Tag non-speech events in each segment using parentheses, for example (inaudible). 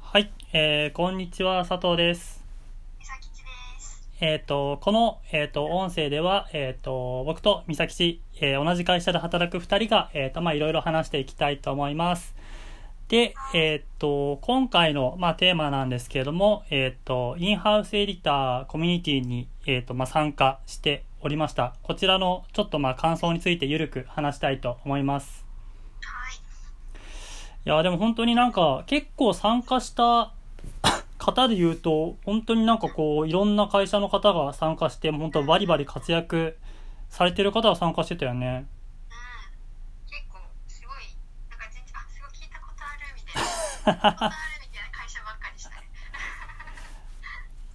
はい、えーこんにちは、佐藤です。みさきちです。えっ、と、この、えっ、と、音声では、えっ、と、僕と三崎氏、えー同じ会社で働く二人が、えっ、と、まあ、いろいろ話していきたいと思います。で、えっ、と、今回の、まあ、テーマなんですけれども、えっ、と、インハウスエディターコミュニティに、えっ、と、まあ、参加しておりました。こちらの、ちょっと、まあ、感想についてゆるく話したいと思います。はい。いや、でも本当になんか、結構参加した (coughs) 方で言うと、本当になんかこう、いろんな会社の方が参加して、本当バリバリ活躍されてる方が参加してたよね。うん。結構すごいなんか人事あすごい聞いたことあるみたいなことあるみたいな会社ばっかりしたね。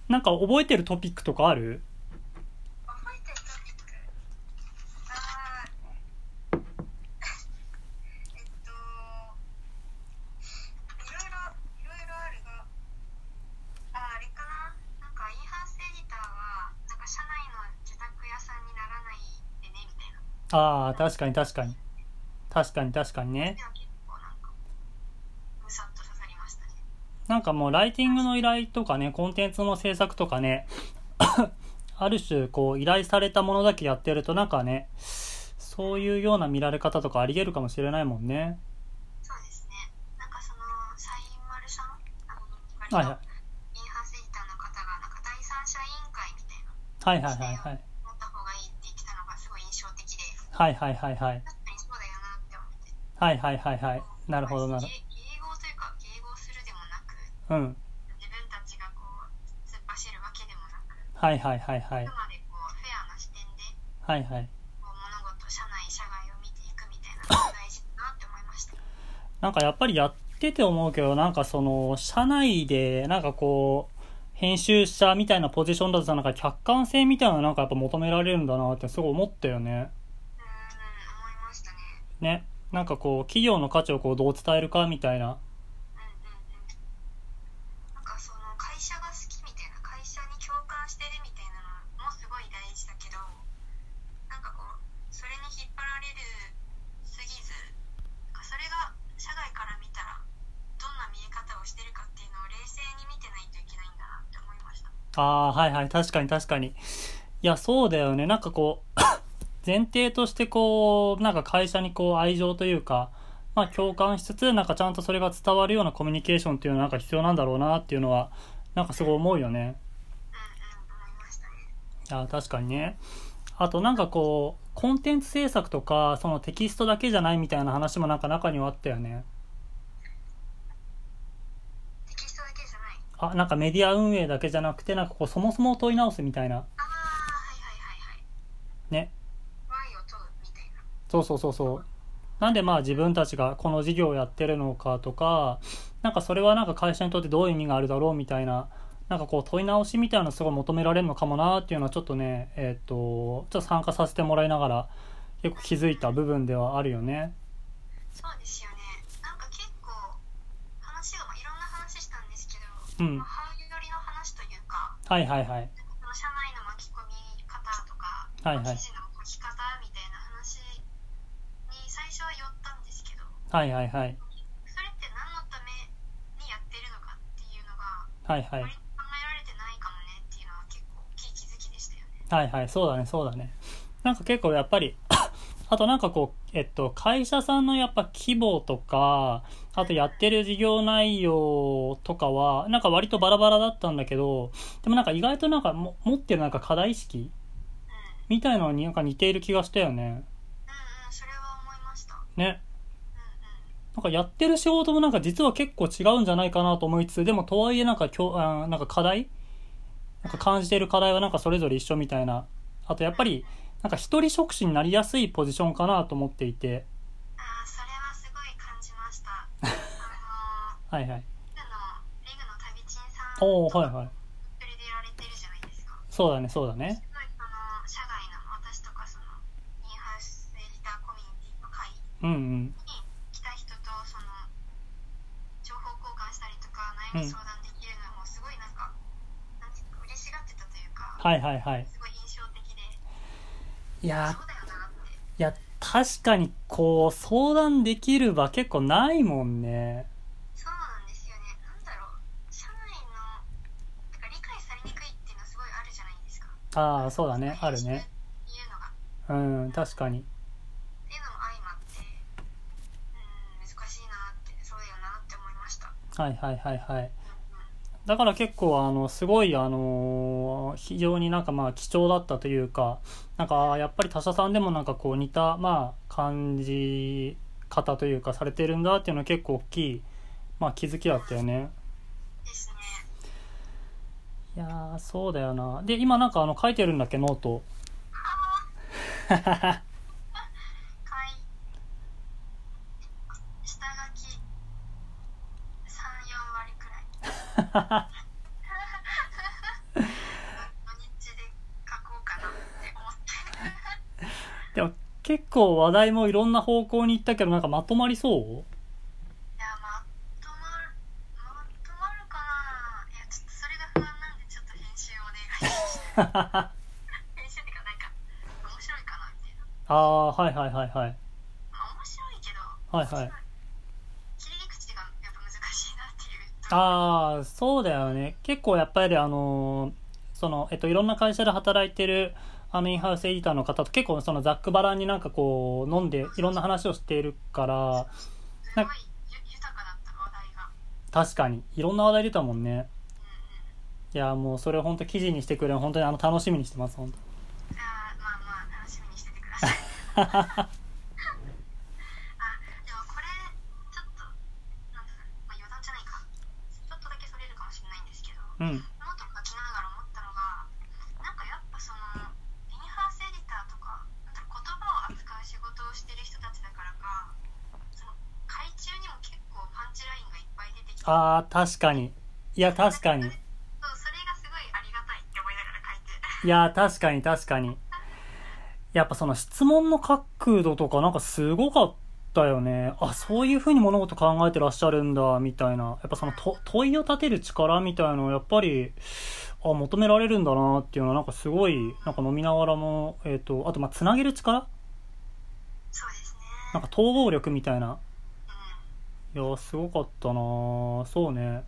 なんか覚えてるトピックとかある覚えてるトピック。ああ。えっといろいろいろいろあるが、ああれかななんかインハウスエディターはなんか社内の自宅屋さんにならないでねみたいな。ああ、確かに確かに。確かに確かにねで。は結構なんかぐさっと刺さりましたね。なんかもうライティングの依頼とかね、コンテンツの制作とかね、 (coughs) ある種こう依頼されたものだけやってるとなんかね、そういうような見られ方とかあり得るかもしれないもんね。そうですね。なんかそのサインマルさん、あの割とはいはいインハウスエディターの方がなんか第三者委員会みたいなはいはいはいはい。持った方がいいって言ってたのがすごい印象的で、はいはいはいはい。確かにそうだよなって思って。はいはいはいはい。なるほどなる迎合というか迎合するでもなく、ほど。うん。自分たちがこう突っ走るわけでもなく、あはいはいはいはいく。までこうフェアな視点ではいはい。こう物事社内社外を見ていくみたいなのが大事だなって思いました。うん。なんかやっぱりやってて思うけど、なんかその、社内で、なんかこう、編集者みたいなポジションだとさ、なんか客観性みたいなのなんかやっぱ求められるんだなってすごい思ったよね。思いましたね。ね。なんかこう、企業の価値をこうどう伝えるかみたいな。うんうんうんなんかその会社が好きみたいな会社に共感してるみたいなのもすごい大事だけどなんかこうそれに引っ張られるすぎずなんかそれが社外から見たらどんな見え方をしてるかっていうのを冷静に見てないといけないんだなって思いましたうんああ、はいはい、確かに確かに。いや、そうだよね。なんかこう、 (coughs) 前提としてこう、なんか会社にこう愛情というか、まあ共感しつつ、なんかちゃんとそれが伝わるようなコミュニケーションっていうのはなんか必要なんだろうなっていうのは、なんかすごい思うよね。うん思いましたねいや、確かにね。あとなんかこう、コンテンツ制作とか、そのテキストだけじゃないみたいな話もなんか中にはあったよね。テキストだけじゃないあ、なんかメディア運営だけじゃなくて、なんかこうそもそも問い直すみたいな。ああはいはいはいはいね。 Y を問うみたいなうんそうそうそうそうなんでまあ自分たちがこの事業をやってるのかとかなんかそれはなんか会社にとってどういう意味があるだろうみたいななんかこう問い直しみたいなのすごい求められるのかもなっていうのはちょっとねえっ、とちょっと参加させてもらいながら結構気づいた部分ではあるよねそうですよね。なんか結構話がまあいろんな話したんですけど、うんまあハウ寄りの話というか、はいはいはいなんかその社内の巻き込み方とか、はいはいまあ記事の書き方みたいな話に最初は寄ったんですけど、はいはいはいそれって何のためにやってるのかっていうのが、はいはい割と考えられてないかもねっていうのは結構大きい気づきでしたよね。はいはいそうだねそうだねなんか結構やっぱり (coughs) あとなんかこうえっと会社さんのやっぱ規模とかあとやってる事業内容とかはなんか割とバラバラだったんだけどでもなんか意外となんかも持ってるなんか課題意識うん、みたいなのになんか似ている気がしたよねうんうん、それは思いました。うんねうん。なんかやってる仕事もなんか実は結構違うんじゃないかなと思いつつでもとはいえなんかきょあーなんか課題なんか感じてる課題はなんかそれぞれ一緒みたいなあとやっぱりなんか一人職種になりやすいポジションかなと思っていてあーそれはすごい感じ (laughs) ました。あのーはいはいリグのリグの旅人さんおおとはいはいそれでやられてるじゃないですか。そうだねそうだねすごいその社外の私とかそのインハウスエディターコミュニティの会にうんうん来た人とその情報交換したりとか悩み相談できるのもすごいなんか、なんていうか嬉しがってたというか、はいはいはいすごい印象的で、いやそうだよなって。いや確かにこう相談できる場結構ないもんねそうなんですよね。なんだろう。ああ、そうだね。あるね。っていうのがうん、確かに。っていうのも相まってうん難しいなってそうだよなって思いましたはいはいはいはい。うんうんだから結構あのすごいあの非常になんかまあ貴重だったというかなんかやっぱり他社さんでもなんかこう似たまあ感じ方というかされてるんだっていうのは結構大きいまあ気づきだったよねですねいやーそうだよなで今なんかあの書いてるんだっけノートあーかい下書き34割くらい (laughs) 土日で書こうかなって思ってでも結構話題もいろんな方向に行ったけどなんかまとまりそう (laughs) いやまとまるまとまるかないやちょっとそれが不安なんでちょっと編集お願いします編集っていうかなんか面白いかなみたいなああはいはいはいはいまあ面白いけどはいはい切り口がやっぱ難しいなっていうとああそうだよね結構やっぱりあのーそのえっといろんな会社で働いてるあのインハウスエディターの方と結構そのざっくばらんになんかこう飲んでいろんな話をしているからすごいゆ豊かだった話題が確かにいろんな話題出たもんねいやもうそれを本当記事にしてくれる本当にあの楽しみにしてます本当じゃあまあまあ楽しみにしててく (laughs) ださいあでもこれちょっとなんだろう、まあ、余談じゃないかちょっとだけそれるかもしれないんですけどうんノートを書きながら思ったのがなんかやっぱそのインハウスエディターとかなんだろう言葉を扱う仕事をしてる人たちだからかその海中にも結構パンチラインがいっぱい出てきてああ確かにいや確かにそうそれがすごいありがたいって思いながら書いていや確かに確かにやっぱその質問の角度とかなんかすごかったよねあそういうふうに物事考えてらっしゃるんだみたいなやっぱそのと問いを立てる力みたいなのをやっぱりあ求められるんだなっていうのはなんかすごいなんか飲みながらも、えっとあとまあつなげる力そうですねなんか統合力みたいなうんいやすごかったなそうね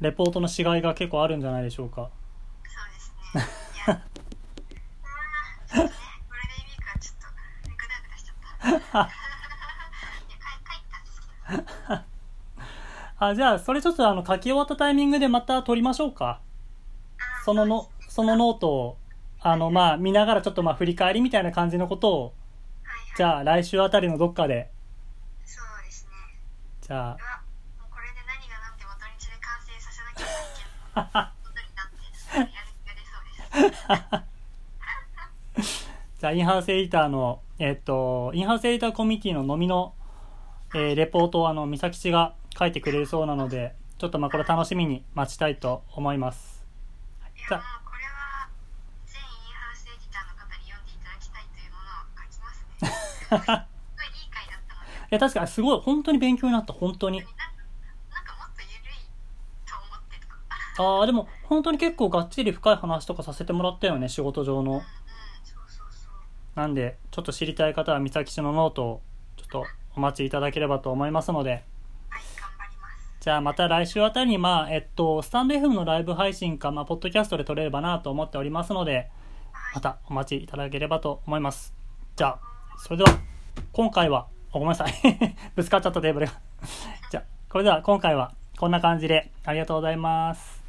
レポートのしがいが結構あるんじゃないでしょうかそうです (laughs) ねいやうーんちょっとねゴールデンウィークはちょっとグダグダしちゃったいや (laughs) か書いてたんですけどあじゃあそれちょっとあの書き終わったタイミングでまた撮りましょうかあーそののそのノートをあのまあ見ながらちょっとまあ振り返りみたいな感じのことをはいはいじゃあ来週あたりのどっかでそうですねじゃうわもうこれで何が何でも土日で完成させなきゃいけないけど本当になってやる気が出そうですはあじゃあインハウスエディターのえっとインハウスエディターコミュニティの飲みの、えーレポートをあの美咲氏が書いてくれるそうなのでちょっとまあこれ楽しみに待ちたいと思いますいじゃやもあうこれは全インハウスエディターの方に読んでいただきたいというものを書きますねすごいいい回だったのでいや確かにすごい本当に勉強になった本当になんかなんかもっと緩いと思ってとかうあんあでも本当に結構がっちり深い話とかさせてもらったよね仕事上のうんそうそうそうなんで、ちょっと知りたい方は、三崎市のノートを、ちょっとお待ちいただければと思いますので、はい頑張りますじゃあまた来週あたりに、まあ、えっと、スタンド FM のライブ配信か、まあ、ポッドキャストで撮れればなと思っておりますので、はいまたお待ちいただければと思います。じゃあ、それでは、今回は、あごめんなさい。 (laughs) ぶつかっちゃったテーブルが。じゃあ、これでは今回は、こんな感じで、ありがとうございます。